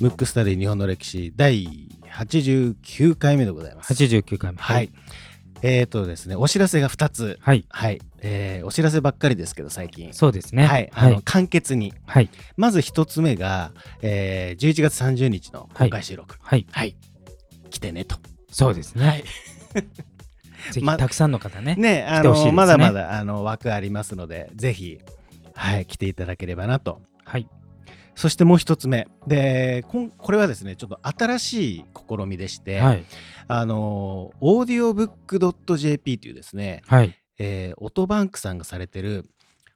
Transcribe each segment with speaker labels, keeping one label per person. Speaker 1: ムックスタディ日本の歴史第89回目でございます。
Speaker 2: 89回目。
Speaker 1: はい。。えっ、とですね、お知らせが2つ。
Speaker 2: はい。
Speaker 1: はい、えーお知らせばっかりですけど、最近。
Speaker 2: そうですね。
Speaker 1: はい、あ
Speaker 2: は
Speaker 1: の、
Speaker 2: い。
Speaker 1: 簡潔に。
Speaker 2: はい。
Speaker 1: まず1つ目が、えー11月30日の公開収録。
Speaker 2: はい
Speaker 1: はい。来てねと。
Speaker 2: そうですね。 ぜひ、
Speaker 1: ま
Speaker 2: たくさんの方ね。
Speaker 1: ね、あ
Speaker 2: て
Speaker 1: の、
Speaker 2: ほしいですね
Speaker 1: まだまだあの枠ありますので、ぜひ、はい、来ていただければなと。
Speaker 2: はい。
Speaker 1: そしてもう一つ目。で、こんこれはですね、ちょっと新しい試みでして、
Speaker 2: はい。
Speaker 1: あの、オーディオブックドット JP というですね、
Speaker 2: はい。
Speaker 1: えー、オトバンクさんがされてる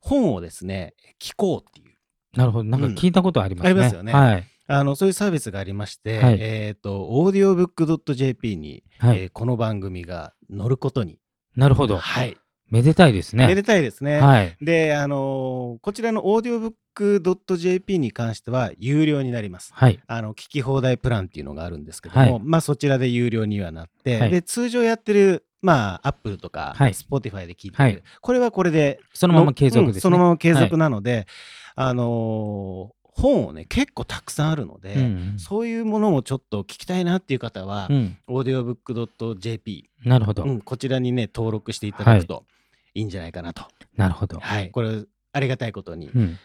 Speaker 1: 本をですね、聞こうっていう、
Speaker 2: なるほど。なんか聞いたことありますね。
Speaker 1: うんありますよね
Speaker 2: はい。
Speaker 1: あの、そういうサービスがありまして、
Speaker 2: はい
Speaker 1: えっ、と、オーディオブックドット JP に、
Speaker 2: は
Speaker 1: え
Speaker 2: い。
Speaker 1: ーこの番組が載ることに、
Speaker 2: なるほど。
Speaker 1: はい、
Speaker 2: めでたいです
Speaker 1: め
Speaker 2: ね。
Speaker 1: でたいですね。
Speaker 2: はい。
Speaker 1: で、あのーこちらのオーディオブックドット JP に関しては有料になります。
Speaker 2: はい。
Speaker 1: あの聞き放題プランっていうのがあるんですけども、
Speaker 2: はい
Speaker 1: まあそちらで有料にはなって、
Speaker 2: はい
Speaker 1: で通常やってるまあ Apple とか
Speaker 2: はい
Speaker 1: Spotify で聞いてる、
Speaker 2: はい
Speaker 1: これはこれで
Speaker 2: そ
Speaker 1: そ
Speaker 2: のまま継続ですね。
Speaker 1: そのまま継
Speaker 2: は
Speaker 1: 続
Speaker 2: い
Speaker 1: なので、あのー本をね結構たくさんあるので、
Speaker 2: うん
Speaker 1: そういうものもちょっと聞きたいなっていう方は、
Speaker 2: うん。うん。
Speaker 1: オーディオブックドット JP、
Speaker 2: なるほ
Speaker 1: う
Speaker 2: ど。
Speaker 1: ん、こちらにね登録していただくといいんじゃないかなと、
Speaker 2: なるほど。
Speaker 1: はい、これありがたいことに、
Speaker 2: うん。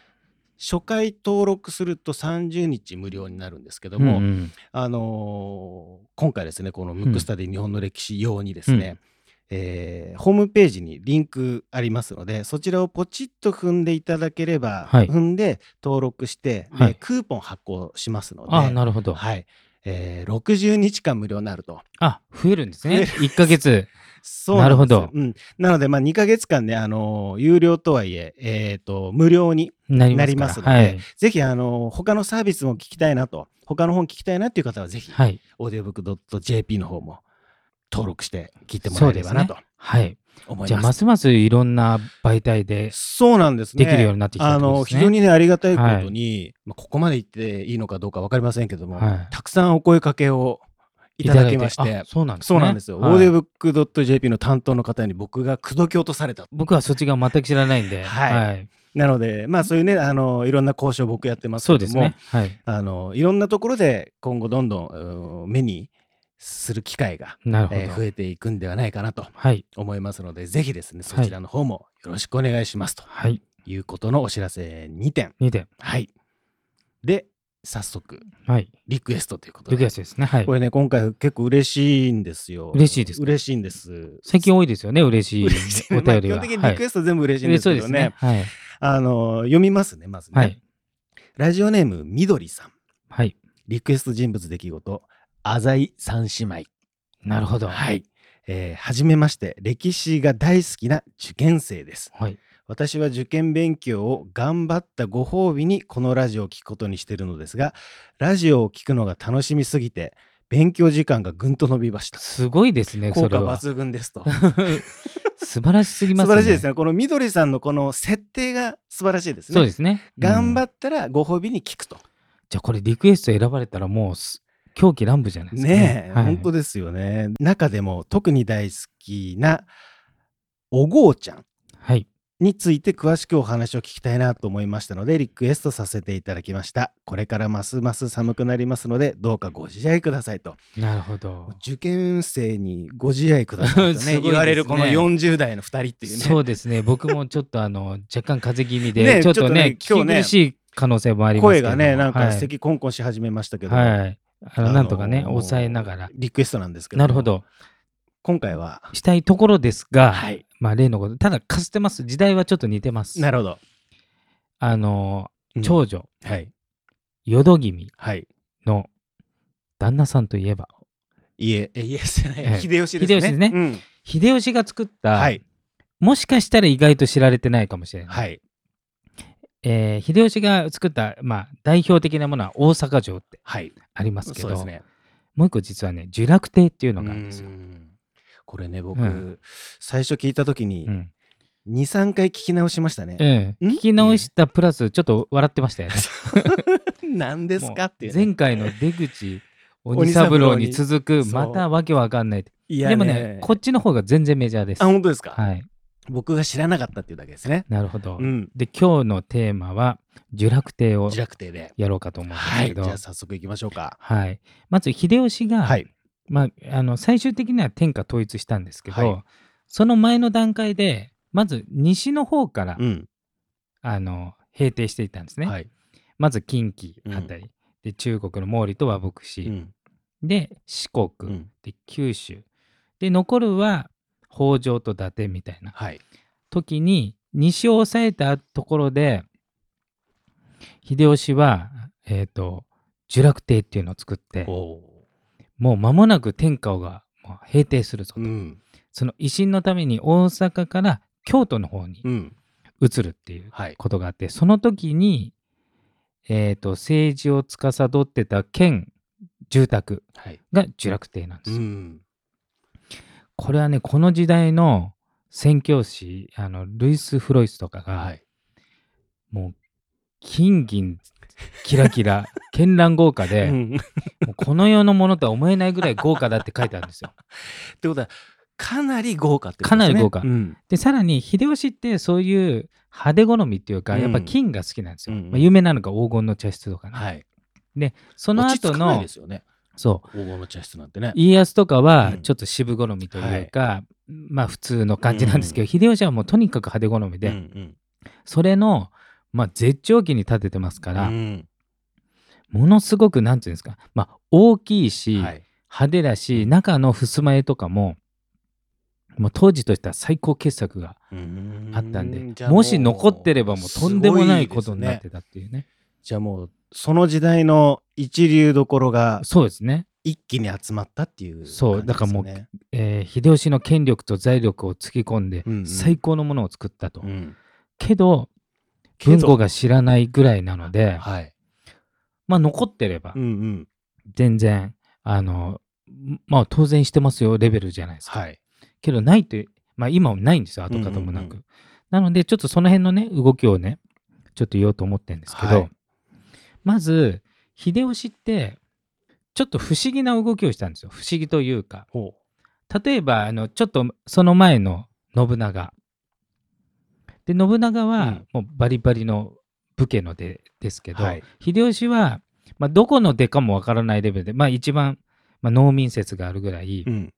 Speaker 1: 初回登録すると30日無料になるんですけど
Speaker 2: うん
Speaker 1: も、
Speaker 2: うん
Speaker 1: あのー今回ですねこの「ムックスタディ日本の歴史」用にですね、えーホームページにリンクありますのでそちらをポチッと踏んでいただければ、
Speaker 2: はい
Speaker 1: 踏んで登録して、で
Speaker 2: はい
Speaker 1: クーポン発行しますので
Speaker 2: あ、なるほど。
Speaker 1: はいえー60日間無料になると。
Speaker 2: あ、増えるんですね。
Speaker 1: 増え
Speaker 2: 1ヶ月。
Speaker 1: そうなんですよ
Speaker 2: なるほど
Speaker 1: うん、なので、まあ、2ヶ月間ね、あのー有料とはいええーと、無料に
Speaker 2: なり
Speaker 1: な
Speaker 2: ますから。
Speaker 1: りますので、
Speaker 2: はい。
Speaker 1: ぜひあの他のサービスも聞きたいなと、他の本聞きたいなっていう方はぜひ、
Speaker 2: はい。
Speaker 1: オーディオブックドット JP の方も登録して聞いてもらえればなと
Speaker 2: はい。
Speaker 1: 思い
Speaker 2: じゃあ、
Speaker 1: ま。
Speaker 2: ますすますいろんな媒体で
Speaker 1: そうなんですね。
Speaker 2: できるようになってきた
Speaker 1: あ
Speaker 2: ってこと
Speaker 1: の
Speaker 2: です
Speaker 1: 非
Speaker 2: ね。
Speaker 1: 常にねありがたいことに、まあここまで言っていいのかどうか分かりませんけども、
Speaker 2: はい
Speaker 1: たくさんお声かけをいただきまして、
Speaker 2: あそうなんです、ね、
Speaker 1: そうなんですよ。
Speaker 2: はい
Speaker 1: オーディオブックドット JP の担当の方に僕が口説き落とされた。
Speaker 2: 僕はそっち側全く知らないんで、
Speaker 1: はいなので、まあそういうね、あのいろんな交渉僕やってますけ
Speaker 2: そ
Speaker 1: ど
Speaker 2: う
Speaker 1: も、
Speaker 2: ですね。はい、
Speaker 1: あのいろんなところで今後どんどんうん目にする機会が、
Speaker 2: なるほど。
Speaker 1: えー増えていくんではないかなと
Speaker 2: はい、
Speaker 1: 思いますのでぜひですね
Speaker 2: は
Speaker 1: そ
Speaker 2: い
Speaker 1: ちらの方もよろしくお願いしますと
Speaker 2: はい、
Speaker 1: いうことのお知らせ2点
Speaker 2: 2点。
Speaker 1: はいで早速
Speaker 2: はい、
Speaker 1: リクエストということ
Speaker 2: リク
Speaker 1: で
Speaker 2: エストですね。はい
Speaker 1: こ。れね今回結構嬉しいんですよ
Speaker 2: 嬉しいですか
Speaker 1: 嬉しいんです
Speaker 2: 最近多いですよね、嬉しい
Speaker 1: 嬉しい
Speaker 2: お便り
Speaker 1: ま
Speaker 2: が。
Speaker 1: あ基本的にリクエスト全部嬉しいん
Speaker 2: は
Speaker 1: で
Speaker 2: い
Speaker 1: すけどね,、
Speaker 2: そうですね
Speaker 1: あの読みますねまずね、
Speaker 2: はい、はい、
Speaker 1: ラジオネームみどりさん
Speaker 2: はい。
Speaker 1: リクエスト人物出来事浅井三姉妹
Speaker 2: なるほど。
Speaker 1: はい。えーはじめまして、歴史が大好きな受験生です。
Speaker 2: はい。
Speaker 1: 私は受験勉強を頑張ったご褒美にこのラジオを聞くことにしているのですが、ラジオを聞くのが楽しみすぎて、勉強時間がぐんと伸びました。
Speaker 2: すごいですね、そ
Speaker 1: 効
Speaker 2: れ
Speaker 1: 果
Speaker 2: は。
Speaker 1: 抜群です と。
Speaker 2: 素晴らしすぎま
Speaker 1: 素晴
Speaker 2: すね。
Speaker 1: らしいですね。このみどりさんのこの設定が素晴らしいですね。
Speaker 2: そうですね。
Speaker 1: 頑張
Speaker 2: っ、
Speaker 1: ったらご褒美に聞くと。
Speaker 2: じゃあこれリクエスト選ばれたらもうす狂気乱舞じゃないですか、
Speaker 1: ねえ、
Speaker 2: はい
Speaker 1: 本当ですよね。中でも特に大好きなおごうちゃん。
Speaker 2: はい。
Speaker 1: について詳しくお話を聞きたいなと思いましたのでリクエストさせていただきましたこれからますます寒くなりますのでどうかご自愛くださいと
Speaker 2: なるほど。
Speaker 1: 受験生にご自愛くださいと
Speaker 2: す
Speaker 1: ね
Speaker 2: ごいですね
Speaker 1: 言われるこの40代の2人っていうね
Speaker 2: そうですね、僕もちょっとあの若干風邪気味
Speaker 1: ね
Speaker 2: で、ちょっとね、
Speaker 1: ちょっとね今日ね
Speaker 2: 聞き苦しい可能性もあります
Speaker 1: 声
Speaker 2: けども
Speaker 1: がねなんか
Speaker 2: はい
Speaker 1: 咳コンコンし始めましたけど、
Speaker 2: はいあのなんとか
Speaker 1: あ
Speaker 2: ね、
Speaker 1: のー
Speaker 2: 抑えながら。
Speaker 1: リクエストなんですけど
Speaker 2: なるほど。
Speaker 1: 今回は
Speaker 2: したいところですが、
Speaker 1: はい
Speaker 2: まあ例のこと、ただかすってます。時代はちょっと似てます。
Speaker 1: なるほど、
Speaker 2: あの
Speaker 1: う
Speaker 2: ー、
Speaker 1: ん
Speaker 2: 長女、
Speaker 1: はい
Speaker 2: 淀君
Speaker 1: はい
Speaker 2: の旦那さんといえば、
Speaker 1: 家え家康じゃない
Speaker 2: え え
Speaker 1: 秀吉ですね
Speaker 2: 秀吉ですね
Speaker 1: うん
Speaker 2: 秀吉が作った、
Speaker 1: はい
Speaker 2: もしかしたら意外と知られてないかもしれない。
Speaker 1: はい
Speaker 2: えー秀吉が作った、まあ代表的なものは大阪城って
Speaker 1: はい
Speaker 2: ありますけ
Speaker 1: そうで
Speaker 2: ど、
Speaker 1: すね
Speaker 2: もう一個実はね、聚楽亭っていうのがあるんですよ
Speaker 1: う。んこれね僕、
Speaker 2: うん
Speaker 1: 最初聞いた時に
Speaker 2: うん
Speaker 1: 23回聞き直しましたね。
Speaker 2: ええ
Speaker 1: ん
Speaker 2: 聞き直したプラスちょっと笑ってましたよね。
Speaker 1: 何ですかっていう、ね。
Speaker 2: 前回の出口
Speaker 1: 鬼
Speaker 2: 鬼
Speaker 1: 三
Speaker 2: 三
Speaker 1: 郎
Speaker 2: 郎
Speaker 1: に
Speaker 2: に続く
Speaker 1: そう
Speaker 2: またわけわかんない
Speaker 1: いや
Speaker 2: でもねこっちの方が全然メジャーです
Speaker 1: あ本当ですか、
Speaker 2: はい
Speaker 1: 僕が知らなかったっていうだけですね。
Speaker 2: なるほど。
Speaker 1: うん。
Speaker 2: で、今日のテーマは、呪楽亭を
Speaker 1: 自楽亭で。
Speaker 2: やろうかと思うんです
Speaker 1: は
Speaker 2: け
Speaker 1: い。じ
Speaker 2: ど、
Speaker 1: ゃ
Speaker 2: はい
Speaker 1: あ早速行きましょうか。
Speaker 2: まず秀吉が、
Speaker 1: はい。
Speaker 2: まあ、あの最終的には天下統一したんですけど、
Speaker 1: はい
Speaker 2: その前の段階で、まず西の方から、
Speaker 1: うん。
Speaker 2: あの平定していたんですね。
Speaker 1: はい。
Speaker 2: まず近畿あたり、で中国の毛利と和睦氏、
Speaker 1: うん。
Speaker 2: で四国、
Speaker 1: うん。
Speaker 2: で九州で残るは北条と伊達みたいな
Speaker 1: はい。
Speaker 2: 時に西を抑えたところで秀吉はえっ、と聚楽帝っていうのを作って
Speaker 1: おお
Speaker 2: もう間もなく天下をがもう平定するぞと、
Speaker 1: ー。うん。
Speaker 2: その維新のために大阪から京都の方に
Speaker 1: うん。
Speaker 2: 移るっていう
Speaker 1: はい。
Speaker 2: ことがあって、その時に、えー、と政治を司ってた県住宅
Speaker 1: はい。
Speaker 2: が聚楽帝なんです
Speaker 1: う
Speaker 2: よ、
Speaker 1: ん。
Speaker 2: これはねこの時代の宣教師あのルイス・フロイスとかが、
Speaker 1: はい。
Speaker 2: もう金銀キラキラ 絢爛豪華で、
Speaker 1: うん。 っ
Speaker 2: もうこの世のものとは思えないぐらい 豪華だって書いてあるんですよ。
Speaker 1: てことは、かなり豪華ってことですね。
Speaker 2: かなり豪華
Speaker 1: うん。
Speaker 2: でさらに秀吉ってそういう派手好みっていうか、
Speaker 1: うん
Speaker 2: やっぱ金が好きなんですよ。
Speaker 1: うんうん
Speaker 2: まあ、有名なのが黄金の茶室とかね。
Speaker 1: はい。
Speaker 2: その後
Speaker 1: 落ち着かない
Speaker 2: の
Speaker 1: ですよね。
Speaker 2: そう
Speaker 1: 黄金の茶室なんてね。
Speaker 2: 家康とかは
Speaker 1: うん
Speaker 2: ちょっと渋好みというか、まあ普通の感じなんですけど、秀吉はもうとにかく派手好みで、
Speaker 1: うんうん。
Speaker 2: それの、まあ、絶頂期に立ててますから、
Speaker 1: うん
Speaker 2: ものすごくなんていうんですか、まあ、大きいし、
Speaker 1: はい。
Speaker 2: 派手だし中の襖絵とかももう当時としては最高傑作があ
Speaker 1: あ
Speaker 2: ったんでもし残ってればもうとんでもないことになってたっていうね
Speaker 1: じゃあもうその時代の一流どころが
Speaker 2: そうですね、
Speaker 1: 一気に集まったっていう感じです、ね、
Speaker 2: そうだからもうえー秀吉の権力と財力をつぎ込んで
Speaker 1: うんうん
Speaker 2: 最高のものを作ったと、
Speaker 1: うん、
Speaker 2: けど
Speaker 1: けど
Speaker 2: 文庫が知らないぐらいなので、
Speaker 1: はい、
Speaker 2: まあ残ってれば
Speaker 1: うんうん、
Speaker 2: 全然、あのまあ当然してますよレベルじゃないですか、
Speaker 1: はい、
Speaker 2: けどないというまあ今もないんですよ跡形もなく、
Speaker 1: うんうんう
Speaker 2: なのでちょっとその辺のね動きをねちょっと言おうと思ってるんですけど、
Speaker 1: はい
Speaker 2: まず秀吉ってちょっと不思議な動きをしたんですよ不思議というか
Speaker 1: ほ
Speaker 2: 例えばあのちょっとその前の信長で信長
Speaker 1: う
Speaker 2: は
Speaker 1: ん
Speaker 2: もうバリバリの武家の出ですけど、
Speaker 1: はい
Speaker 2: 秀吉は、まあ、どこの出かもわからないレベルで、まあ、一番、まあ、農民説があるぐらい
Speaker 1: うん、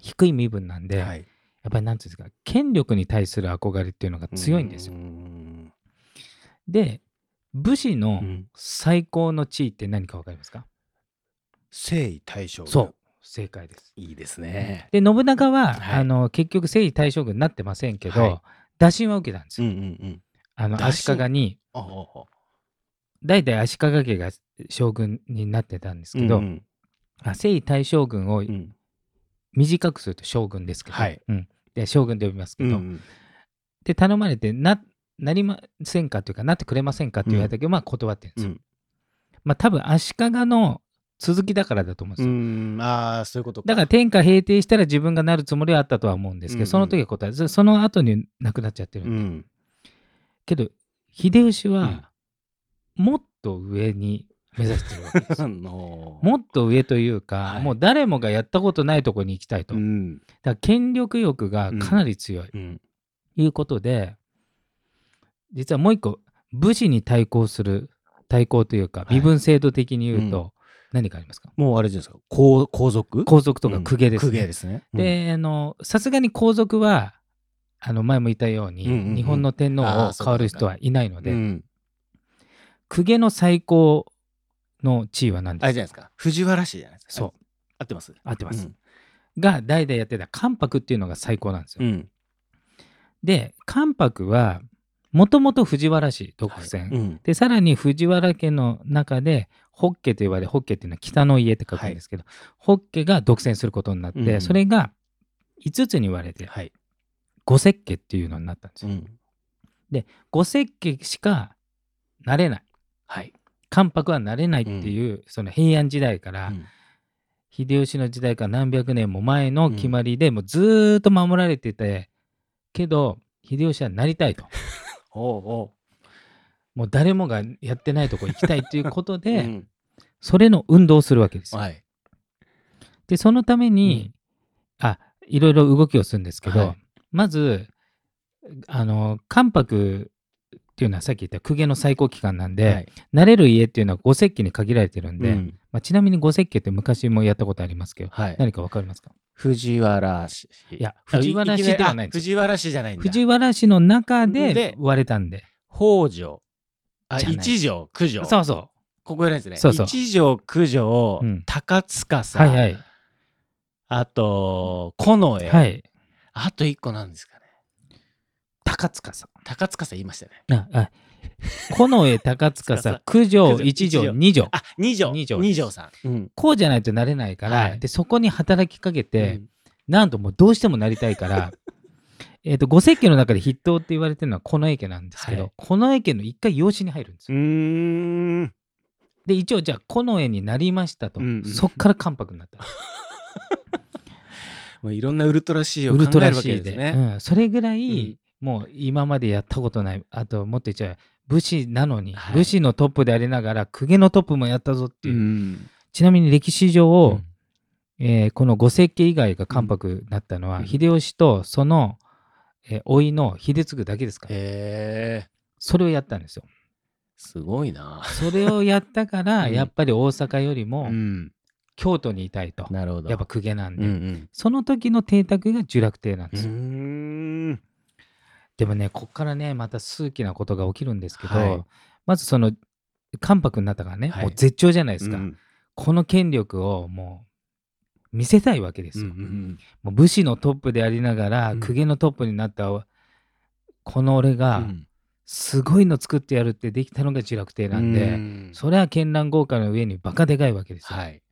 Speaker 2: 低い身分なんで、
Speaker 1: はい、
Speaker 2: やっぱりなんていうんですか権力に対する憧れっていうのが強いんですよ。
Speaker 1: うん
Speaker 2: で武士の
Speaker 1: うん
Speaker 2: 最高の地位って何かわかりますか、
Speaker 1: 征夷大将軍
Speaker 2: そう正解です。
Speaker 1: いいですね、
Speaker 2: で信長は、
Speaker 1: はい
Speaker 2: あの結局征夷大将軍になってませんけど、
Speaker 1: はい
Speaker 2: 打診は受けたんです
Speaker 1: うん
Speaker 2: よ。
Speaker 1: うんうん
Speaker 2: あの
Speaker 1: 打
Speaker 2: 足
Speaker 1: 診
Speaker 2: 利に
Speaker 1: あほうほ
Speaker 2: 代々足利家が将軍になってたんです
Speaker 1: う
Speaker 2: けど、
Speaker 1: うん
Speaker 2: あ征夷大将軍を
Speaker 1: うんうん
Speaker 2: 短くすると将軍ですけど、
Speaker 1: はい
Speaker 2: うん、で将軍で呼びますけ
Speaker 1: う
Speaker 2: ど、
Speaker 1: ん
Speaker 2: で頼まれてななりませんかというかなってくれませんかって言われたけど、まあ断ってるんですよ。
Speaker 1: うん
Speaker 2: まあ多分足利の続きだからだと思うんです
Speaker 1: う
Speaker 2: よ。
Speaker 1: んああそういうことか
Speaker 2: だから天下平定したら自分がなるつもりはあったとは思うんですけど、
Speaker 1: うんうん
Speaker 2: その時は答えずその後に亡くなっちゃってる、
Speaker 1: うん
Speaker 2: けど秀吉
Speaker 1: うん
Speaker 2: はもっと上に目指してるわけです
Speaker 1: あ
Speaker 2: よ
Speaker 1: の
Speaker 2: もっと上というか、
Speaker 1: はい
Speaker 2: もう誰もがやったことないとこに行きたいと、
Speaker 1: う
Speaker 2: だか
Speaker 1: ん
Speaker 2: ら権力欲がかなり強い、
Speaker 1: うん
Speaker 2: いうことで実はもう一個武士に対抗する対抗というか
Speaker 1: はい
Speaker 2: 身分制度的に言うと、
Speaker 1: う
Speaker 2: 何かありますか
Speaker 1: もうあれじゃないですか皇皇族
Speaker 2: 皇族とか公家です、
Speaker 1: 公家ですねうん
Speaker 2: であのさすがに皇族はあの前も言ったように、
Speaker 1: うんうんうん
Speaker 2: 日本の天皇
Speaker 1: あ
Speaker 2: を
Speaker 1: ーそうか
Speaker 2: 変わる人はいないので、
Speaker 1: うん
Speaker 2: 公家の最高の地位は何
Speaker 1: あ
Speaker 2: で
Speaker 1: れじ
Speaker 2: すか
Speaker 1: ゃないですか藤原氏じゃないですか
Speaker 2: そう
Speaker 1: 合ってます合っ
Speaker 2: 合ってます、
Speaker 1: うん
Speaker 2: が代々やってた関白っていうのが最高なんですよ、
Speaker 1: うん
Speaker 2: で関白はもともと藤原氏独占、
Speaker 1: うん
Speaker 2: でさらに藤原家の中で北家と言われ北家っていうのは北の家って書くんですけど、北家が独占することになって、
Speaker 1: うん
Speaker 2: それが5つに割れて
Speaker 1: はい
Speaker 2: 五石家っていうのになったんです
Speaker 1: う
Speaker 2: よ。
Speaker 1: ん
Speaker 2: 五石家しかなれない
Speaker 1: はい
Speaker 2: 関白はなれないっていう、その平安時代から、
Speaker 1: うん
Speaker 2: 秀吉の時代から何百年も前の決まりで、もうずーっと守られててけど秀吉はなりたいと
Speaker 1: おうお
Speaker 2: もう誰もがやってないとこ行きたいっていうこと
Speaker 1: う
Speaker 2: で、
Speaker 1: うん
Speaker 2: それの運動をするわけですよ。
Speaker 1: はい
Speaker 2: でそのために、あいろいろ動きをするんですけど、
Speaker 1: はい
Speaker 2: まずあの関白っていうのはさっき言った公家の最高機関なんで、
Speaker 1: はい
Speaker 2: 慣れる家っていうのは五石器に限られてるんで、
Speaker 1: うん
Speaker 2: まあ、ちなみに五石器って昔もやったことありますけど、
Speaker 1: はい、
Speaker 2: 何かわかりますか
Speaker 1: 藤原氏い
Speaker 2: や藤原氏ではないんですよ
Speaker 1: 藤原氏じゃないんだ
Speaker 2: 藤原氏の中で
Speaker 1: で
Speaker 2: 割れたんで。
Speaker 1: 北条あ
Speaker 2: じゃない
Speaker 1: 一条九条
Speaker 2: そうそ
Speaker 1: ここやらないですね
Speaker 2: そうそう
Speaker 1: 一条九条、
Speaker 2: うん
Speaker 1: 高塚
Speaker 2: う。
Speaker 1: さ
Speaker 2: は
Speaker 1: ん、
Speaker 2: いはい。
Speaker 1: あと近衛、
Speaker 2: はい。
Speaker 1: あと一個なんですかね
Speaker 2: 高塚さん。
Speaker 1: 高塚さん言いましたよね、
Speaker 2: あ、あ、近衛高塚さん 九条、
Speaker 1: 九条
Speaker 2: 一
Speaker 1: 一
Speaker 2: 条、
Speaker 1: 条
Speaker 2: 二条。
Speaker 1: あ二条
Speaker 2: 二条です
Speaker 1: 二条さん、うん
Speaker 2: こうじゃないとなれないから、
Speaker 1: はい
Speaker 2: で、そこに働きかけて、
Speaker 1: うん
Speaker 2: なんともうどうしてもなりた いから、えっと、五石家の中で筆頭って言われてるのは近衛家なんですけ
Speaker 1: は
Speaker 2: ど
Speaker 1: い、
Speaker 2: 近衛家の一回養子に入るんです
Speaker 1: う
Speaker 2: よ。
Speaker 1: ーん
Speaker 2: で、一応じゃあ近衛になりましたと
Speaker 1: うんうん、
Speaker 2: そっから関白になった。
Speaker 1: もういろんなウルトラ C を
Speaker 2: ウ
Speaker 1: 考
Speaker 2: ルト
Speaker 1: え
Speaker 2: ラ
Speaker 1: るわけ
Speaker 2: C
Speaker 1: です
Speaker 2: で、
Speaker 1: ね。
Speaker 2: うん、それぐら
Speaker 1: う
Speaker 2: い
Speaker 1: ん、
Speaker 2: もう今までやったことないあともっと言っちゃえば武士なのに、
Speaker 1: はい
Speaker 2: 武士のトップでありながら公家のトップもやったぞっていう、
Speaker 1: ん
Speaker 2: ちなみに歴史上
Speaker 1: う
Speaker 2: を
Speaker 1: ん、
Speaker 2: えーこの五石家以外が関白になったのは、
Speaker 1: うん
Speaker 2: 秀吉とその、えー甥の秀次だけですから、
Speaker 1: へえ
Speaker 2: それをやったんですよ
Speaker 1: すごいな。
Speaker 2: それをやったか ら、
Speaker 1: うん
Speaker 2: やっぱり大阪よりも
Speaker 1: ん、
Speaker 2: 京都にいたいと、
Speaker 1: なるほど。
Speaker 2: やっぱ公家なん
Speaker 1: う
Speaker 2: で、
Speaker 1: ん
Speaker 2: その時の邸宅が聚楽亭なん
Speaker 1: う
Speaker 2: で
Speaker 1: ん。
Speaker 2: すよ、
Speaker 1: ん。
Speaker 2: でもね、こっからね、また数奇なことが起きるんですけど、
Speaker 1: はい
Speaker 2: まずその、関白になったからね、
Speaker 1: はい
Speaker 2: もう絶頂じゃないですか、
Speaker 1: うん
Speaker 2: この権力をもう見せたいわけで
Speaker 1: う
Speaker 2: す
Speaker 1: んう
Speaker 2: よ。
Speaker 1: ん
Speaker 2: もう武士のトップでありながら、
Speaker 1: うん
Speaker 2: 公家のトップになった、この俺
Speaker 1: う
Speaker 2: が、
Speaker 1: ん。
Speaker 2: すごいの作ってやるってできたのが自楽亭なんで、
Speaker 1: うん
Speaker 2: それは絢爛豪華の上にバカでかいわけですよ。
Speaker 1: はい。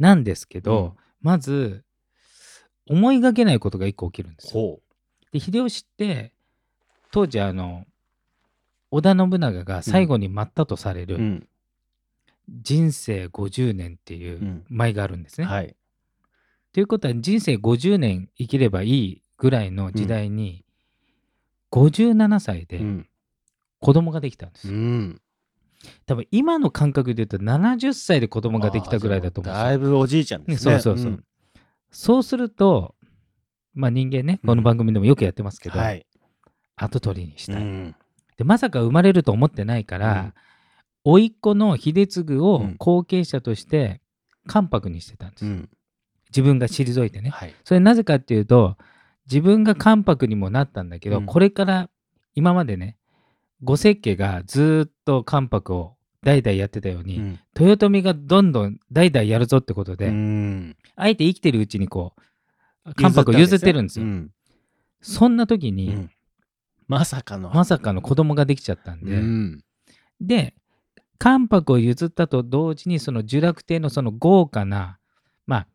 Speaker 2: なんですけど、まず、思いがけないことが一個起きるんですよ。
Speaker 1: ほ
Speaker 2: で秀吉って当時あの織田信長が最後に待ったとされ
Speaker 1: う。
Speaker 2: る
Speaker 1: ん。
Speaker 2: 人生50年っていううん舞があるんですね。
Speaker 1: はい。
Speaker 2: ということは人生50年生きればいいぐらいの時代に、57歳
Speaker 1: う
Speaker 2: で
Speaker 1: ん。
Speaker 2: 子供ができたんです
Speaker 1: う
Speaker 2: よ、
Speaker 1: ん。
Speaker 2: 多分今の感覚で言うと70歳で子供ができたぐらいだと思うんですよ
Speaker 1: だいぶおじいちゃんです
Speaker 2: そう
Speaker 1: ね。
Speaker 2: そうそう。
Speaker 1: ん
Speaker 2: そうすると、まあ人間ね、この番組でもよくやってますけど、
Speaker 1: はい。
Speaker 2: 後取りにしたい。
Speaker 1: ん。
Speaker 2: でまさか生まれると思ってないから、甥っ子の秀次
Speaker 1: う
Speaker 2: を
Speaker 1: ん
Speaker 2: 後継者として関白にしてたんです、
Speaker 1: うん。
Speaker 2: 自分が退いてね
Speaker 1: はい。
Speaker 2: それなぜかっていうと自分が関白にもなったんだけど、
Speaker 1: うん
Speaker 2: これから今までね五石家がずーっと関白を代々やってたように、
Speaker 1: うん
Speaker 2: 豊臣がどんどん代々やるぞってことで、
Speaker 1: うん。
Speaker 2: あえて生きてるうちにこう関白を譲ってるんですよ、
Speaker 1: うん
Speaker 2: そんな時に、
Speaker 1: うんまさかの。
Speaker 2: まさかの子供ができちゃったんで、
Speaker 1: うん。
Speaker 2: で関白を譲ったと同時にその聚楽亭のその豪華なまあ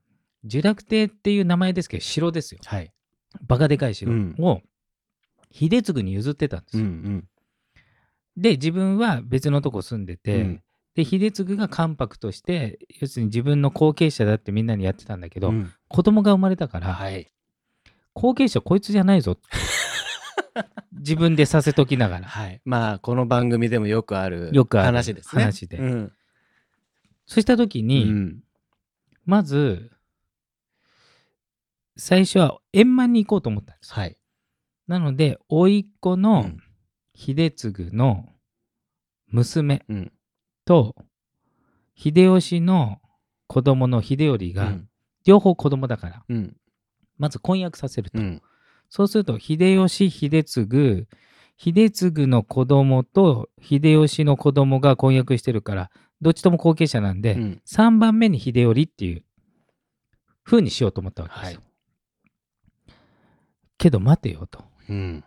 Speaker 2: 聚楽亭っていう名前ですけど城ですよ
Speaker 1: はい。
Speaker 2: バカでかい城
Speaker 1: うん
Speaker 2: を秀次に譲ってたんです
Speaker 1: うん
Speaker 2: よ、
Speaker 1: うん。
Speaker 2: で自分は別のとこ住んでて、
Speaker 1: うん
Speaker 2: で秀次が関白として要するに自分の後継者だってみんなにやってたんだけど、
Speaker 1: うん
Speaker 2: 子供が生まれたから、
Speaker 1: はい。
Speaker 2: 後継者こいつじゃないぞって 自分でさせときながら
Speaker 1: はい。まあ、この番組でもよくある
Speaker 2: よくある
Speaker 1: 話ですね。
Speaker 2: 話で
Speaker 1: うん。
Speaker 2: そうした時
Speaker 1: う
Speaker 2: に、
Speaker 1: ん。
Speaker 2: まず、最初は円満に行こうと思ったんですよ。
Speaker 1: はい。
Speaker 2: なので、甥っ子
Speaker 1: う
Speaker 2: の
Speaker 1: ん
Speaker 2: 秀次の娘
Speaker 1: うん
Speaker 2: と、秀吉の子供の秀頼
Speaker 1: う
Speaker 2: が、
Speaker 1: ん
Speaker 2: 両方子供だから、
Speaker 1: うん
Speaker 2: まず婚約させると。
Speaker 1: うん
Speaker 2: そうすると、秀吉、秀次、秀次の子供と秀吉の子供が婚約してるから、どっちとも後継者なんで、
Speaker 1: うん
Speaker 2: 3番目に秀頼っていう風にしようと思ったわけですよ。けど待てよと。
Speaker 1: うん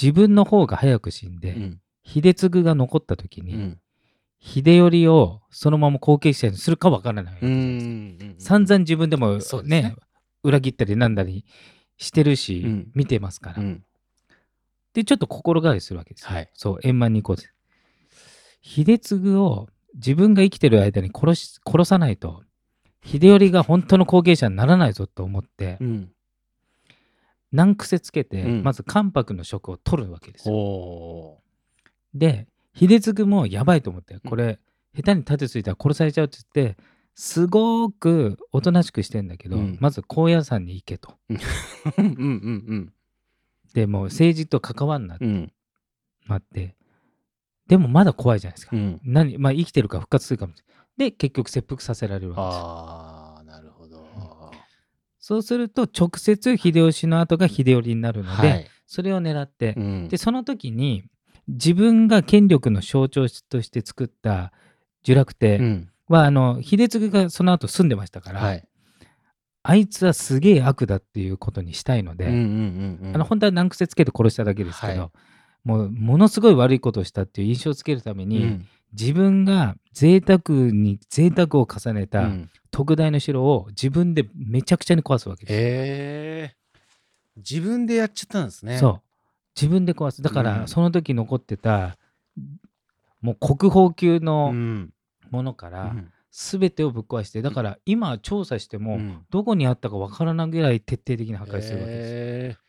Speaker 2: 自分の方が早く死んで、
Speaker 1: うん
Speaker 2: 秀次が残った時
Speaker 1: う
Speaker 2: に、
Speaker 1: ん
Speaker 2: 秀頼をそのまま後継者にするかわからないわけ
Speaker 1: う
Speaker 2: じゃないですか
Speaker 1: ん
Speaker 2: 散々自分でもね
Speaker 1: そうですね
Speaker 2: 裏切ったりなんだりしてるし、
Speaker 1: うん
Speaker 2: 見てますから、
Speaker 1: うん
Speaker 2: でちょっと心変わりするわけですよ、
Speaker 1: はい
Speaker 2: そう円満に行こうぜ秀次を自分が生きてる間に殺し殺さないと秀頼が本当の後継者にならないぞと思って、
Speaker 1: うん
Speaker 2: 難癖つけて、
Speaker 1: うん
Speaker 2: まず関白の職を取るわけですよ
Speaker 1: お
Speaker 2: で秀次もやばいと思ってこれ下手に盾ついたら殺されちゃうって言ってすごくおとなしくしてんだけど、
Speaker 1: うん
Speaker 2: まず高野山に行けと
Speaker 1: ーうんうんうん
Speaker 2: でもう政治と関わんなって
Speaker 1: うん
Speaker 2: なって、でもまだ怖いじゃないですか。
Speaker 1: うん
Speaker 2: 何まあ、生きてるか復活するかもしれない。で結局切腹させられるわけですよ。
Speaker 1: ああなるほど
Speaker 2: そうすると直接秀吉の後が秀頼になるので、
Speaker 1: はい
Speaker 2: それを狙って、
Speaker 1: うん
Speaker 2: でその時に自分が権力の象徴として作った聚楽
Speaker 1: う
Speaker 2: 亭
Speaker 1: ん
Speaker 2: は、あの秀次がその後住んでましたから、
Speaker 1: はい
Speaker 2: あいつはすげえ悪だっていうことにしたいので、
Speaker 1: うんうんうんうん
Speaker 2: あの本当は難癖つけて殺しただけですけど、
Speaker 1: は
Speaker 2: もうものすごい悪いことをしたっていう印象をつけるために、
Speaker 1: うん
Speaker 2: 自分が贅沢に贅沢を重ね
Speaker 1: う
Speaker 2: た
Speaker 1: ん
Speaker 2: 特大の城を自分でめちゃくちゃに壊すわけです。
Speaker 1: えー自分でやっちゃったんですね
Speaker 2: そう自分で壊すだか
Speaker 1: う
Speaker 2: ら
Speaker 1: ん
Speaker 2: その時残ってた、もう国宝級
Speaker 1: う
Speaker 2: の
Speaker 1: ん
Speaker 2: ものか
Speaker 1: う
Speaker 2: ら
Speaker 1: ん
Speaker 2: 全てをぶっ壊してだから今調査して
Speaker 1: う
Speaker 2: も
Speaker 1: ん
Speaker 2: どこにあったかわからないぐらい徹底的に破壊するわけですよ。
Speaker 1: えー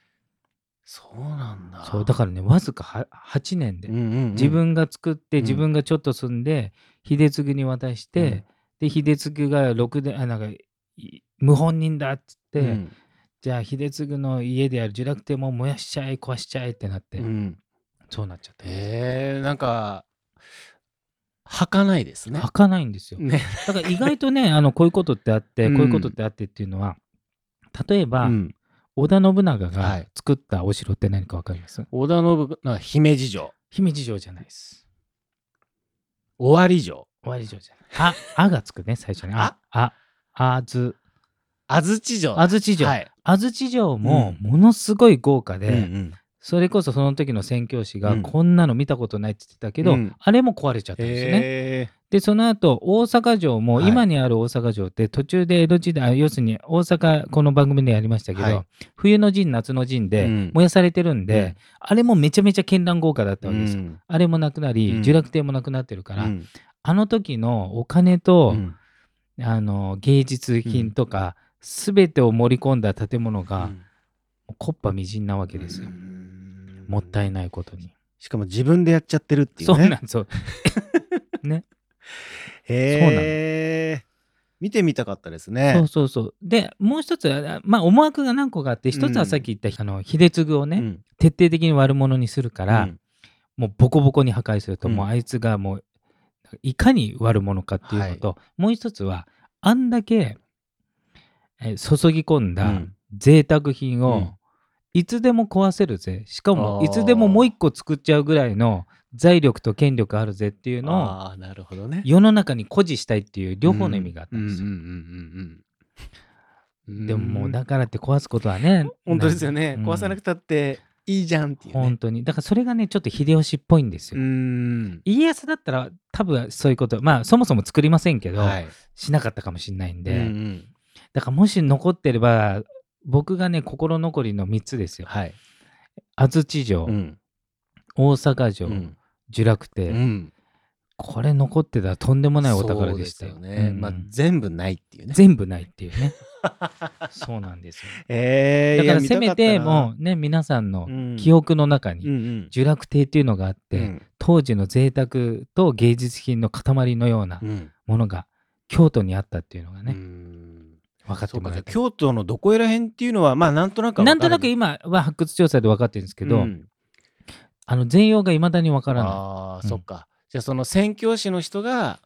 Speaker 1: そうなんだ
Speaker 2: そうだからねわずかは8年で、
Speaker 1: うんうんうん
Speaker 2: 自分が作って
Speaker 1: うん
Speaker 2: 自分がちょっと住んで、秀次に渡して、で秀次が6であなんかい無本人だっつって、
Speaker 1: うん
Speaker 2: じゃあ秀次の家である聚楽亭も燃やしちゃえ壊しちゃえってなって、
Speaker 1: うん
Speaker 2: そうなっちゃったんです。
Speaker 1: えーなんか儚かないですね
Speaker 2: 開かないんですよ。
Speaker 1: ね
Speaker 2: だから意外 とねあのこういうことってあって、
Speaker 1: うん
Speaker 2: こういうことってあってっていうのは例えば、
Speaker 1: うん
Speaker 2: 織田信長
Speaker 1: は
Speaker 2: が
Speaker 1: い
Speaker 2: 作ったお城って何かわかります、
Speaker 1: 織田信長姫路城
Speaker 2: 姫路城じゃないです。
Speaker 1: 尾張城
Speaker 2: 尾張城じゃ ない。あ、あがつくね、最初に。あ、あ、あず、
Speaker 1: 安土城
Speaker 2: 安土城。
Speaker 1: はい
Speaker 2: 安土城もものすごい豪華で、
Speaker 1: うんうん
Speaker 2: それこそその時の宣教師が、
Speaker 1: うん
Speaker 2: こんなの見たことないって言ってたけ
Speaker 1: う
Speaker 2: ど、
Speaker 1: ん
Speaker 2: あれも壊れちゃったんですよね。
Speaker 1: へ
Speaker 2: でその後大阪城も、
Speaker 1: はい
Speaker 2: 今にある大阪城って途中で江戸時代あ要するに大阪この番組でやりましたけど、
Speaker 1: はい
Speaker 2: 冬の陣夏の陣
Speaker 1: う
Speaker 2: で
Speaker 1: ん
Speaker 2: 燃やされてるんで、
Speaker 1: うん
Speaker 2: あれもめちゃめちゃ絢爛豪華だっ
Speaker 1: ー
Speaker 2: たわけですよ。
Speaker 1: うん
Speaker 2: あれもなくなり、
Speaker 1: うん
Speaker 2: 聚楽亭もなくなってるから、
Speaker 1: うん
Speaker 2: あの時のお金と、
Speaker 1: うん
Speaker 2: あの芸術品とか、全てを盛り込んだ建物が、こっぱみじんなわけです
Speaker 1: う
Speaker 2: よ、
Speaker 1: ん
Speaker 2: もったいないことに、
Speaker 1: しかも自分でやっちゃってるってい
Speaker 2: そううな
Speaker 1: ね
Speaker 2: んそう
Speaker 1: へー見てみたかったですね
Speaker 2: そうそうそう。で、もう一つ、あまあ、思惑が何個かあって、一つ
Speaker 1: う
Speaker 2: は
Speaker 1: ん
Speaker 2: さっき言った、あの秀次をね、
Speaker 1: うん
Speaker 2: 徹底的に悪者にするから、
Speaker 1: うん
Speaker 2: もうボコボコに破壊すると、
Speaker 1: うん
Speaker 2: もうあいつがもう、いかに悪者かっていうのと、もう一つは、あんだけ、えー注ぎ込ん
Speaker 1: う
Speaker 2: だ
Speaker 1: ん
Speaker 2: 贅沢品を、
Speaker 1: うん
Speaker 2: いつでも壊せるぜ。しかも
Speaker 1: あ、ー
Speaker 2: いつでももう一個作っちゃうぐらいの財力と権力あるぜっていうのを、
Speaker 1: ああなるほどね
Speaker 2: 世の中に誇示したいっていう両方の意味があったんですよ。
Speaker 1: うんうんうんうんうん
Speaker 2: でももう
Speaker 1: うん
Speaker 2: だからって壊すことはね
Speaker 1: 本当ですよね壊さなく
Speaker 2: て、
Speaker 1: たっていいじゃんっていうね
Speaker 2: 本当にだからそれがねちょっと秀吉っぽいんです
Speaker 1: う
Speaker 2: よ、
Speaker 1: ん
Speaker 2: 家康だったら多分そういうことまあそもそも作りませんけど、
Speaker 1: はい
Speaker 2: しなかったかもしれないんで、
Speaker 1: うんうん
Speaker 2: だからもし残ってれば僕がね心残りの3つですよ
Speaker 1: はい
Speaker 2: 安土城、
Speaker 1: うん
Speaker 2: 大阪
Speaker 1: う
Speaker 2: 城、
Speaker 1: ん
Speaker 2: 聚楽
Speaker 1: う
Speaker 2: 亭、
Speaker 1: ん
Speaker 2: これ残ってたらとんでもないお宝でしたよ
Speaker 1: そうですよね
Speaker 2: うん
Speaker 1: まあ全部ないっていうね
Speaker 2: 全部ないっていう ねそうなんですよ
Speaker 1: え
Speaker 2: だ
Speaker 1: ー
Speaker 2: からせめて
Speaker 1: う
Speaker 2: もうね皆さんの
Speaker 1: うん
Speaker 2: 記憶の中に、
Speaker 1: うんうん
Speaker 2: 聚楽亭っていうのがあって、
Speaker 1: うん
Speaker 2: 当時の贅沢と芸術品の塊のような
Speaker 1: うん
Speaker 2: ものが京都にあったっていうのが
Speaker 1: う
Speaker 2: ね、
Speaker 1: ん
Speaker 2: 分かっ
Speaker 1: そ
Speaker 2: て
Speaker 1: う
Speaker 2: も
Speaker 1: からじゃ
Speaker 2: え
Speaker 1: あ
Speaker 2: た
Speaker 1: 京都のどこら辺っていうのはまあなんとなくは
Speaker 2: なんとなく
Speaker 1: わ
Speaker 2: 今は発掘調査で分かってるんです
Speaker 1: か
Speaker 2: け
Speaker 1: る
Speaker 2: ど、
Speaker 1: うん
Speaker 2: あの全容がいまだに分からない。
Speaker 1: ああ
Speaker 2: うん
Speaker 1: そっかじゃあその宣教師の人が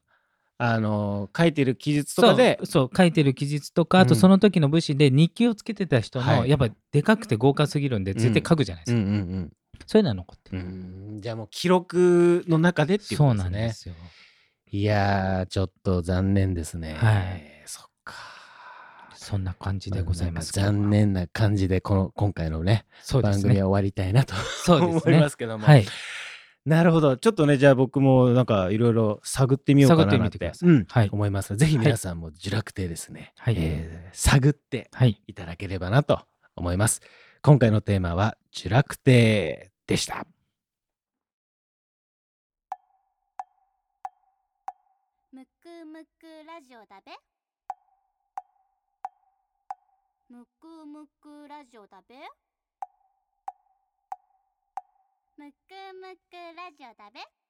Speaker 1: あの書いてる記述とかで
Speaker 2: そうそう書いてる記述とかあと
Speaker 1: うん
Speaker 2: その時の武士で日記をつけてた人の、
Speaker 1: はい
Speaker 2: やっぱでかくて豪華すぎるんで
Speaker 1: うん
Speaker 2: 絶対書くじゃないです
Speaker 1: ん
Speaker 2: か、
Speaker 1: うん
Speaker 2: そういうのは残って
Speaker 1: う
Speaker 2: る、
Speaker 1: んうんじゃあもう記録の中でっていうこ
Speaker 2: そう
Speaker 1: とで
Speaker 2: な
Speaker 1: す
Speaker 2: んで
Speaker 1: ね
Speaker 2: すよ
Speaker 1: いやーちょっと残念ですね
Speaker 2: はい
Speaker 1: そっか
Speaker 2: そんな感じでございます、
Speaker 1: なんか残念な感じでこの今回のね
Speaker 2: そうで
Speaker 1: 番
Speaker 2: す
Speaker 1: 組
Speaker 2: ね
Speaker 1: は終わりたいなと
Speaker 2: そうで
Speaker 1: 思
Speaker 2: す
Speaker 1: いま
Speaker 2: ね
Speaker 1: すけども、
Speaker 2: はい
Speaker 1: なるほどちょっとねじゃあ僕もなんかいろいろ探ってみようかななん
Speaker 2: 探ってみてください
Speaker 1: うん
Speaker 2: はい
Speaker 1: 思いますぜひ皆さんも呪楽亭ですね、
Speaker 2: はい
Speaker 1: えー探って
Speaker 2: はい
Speaker 1: いただければなと思います今回のテーマは呪楽亭でした
Speaker 3: むくむくラジオだべむくむくラジオだべむくむくラジオだべ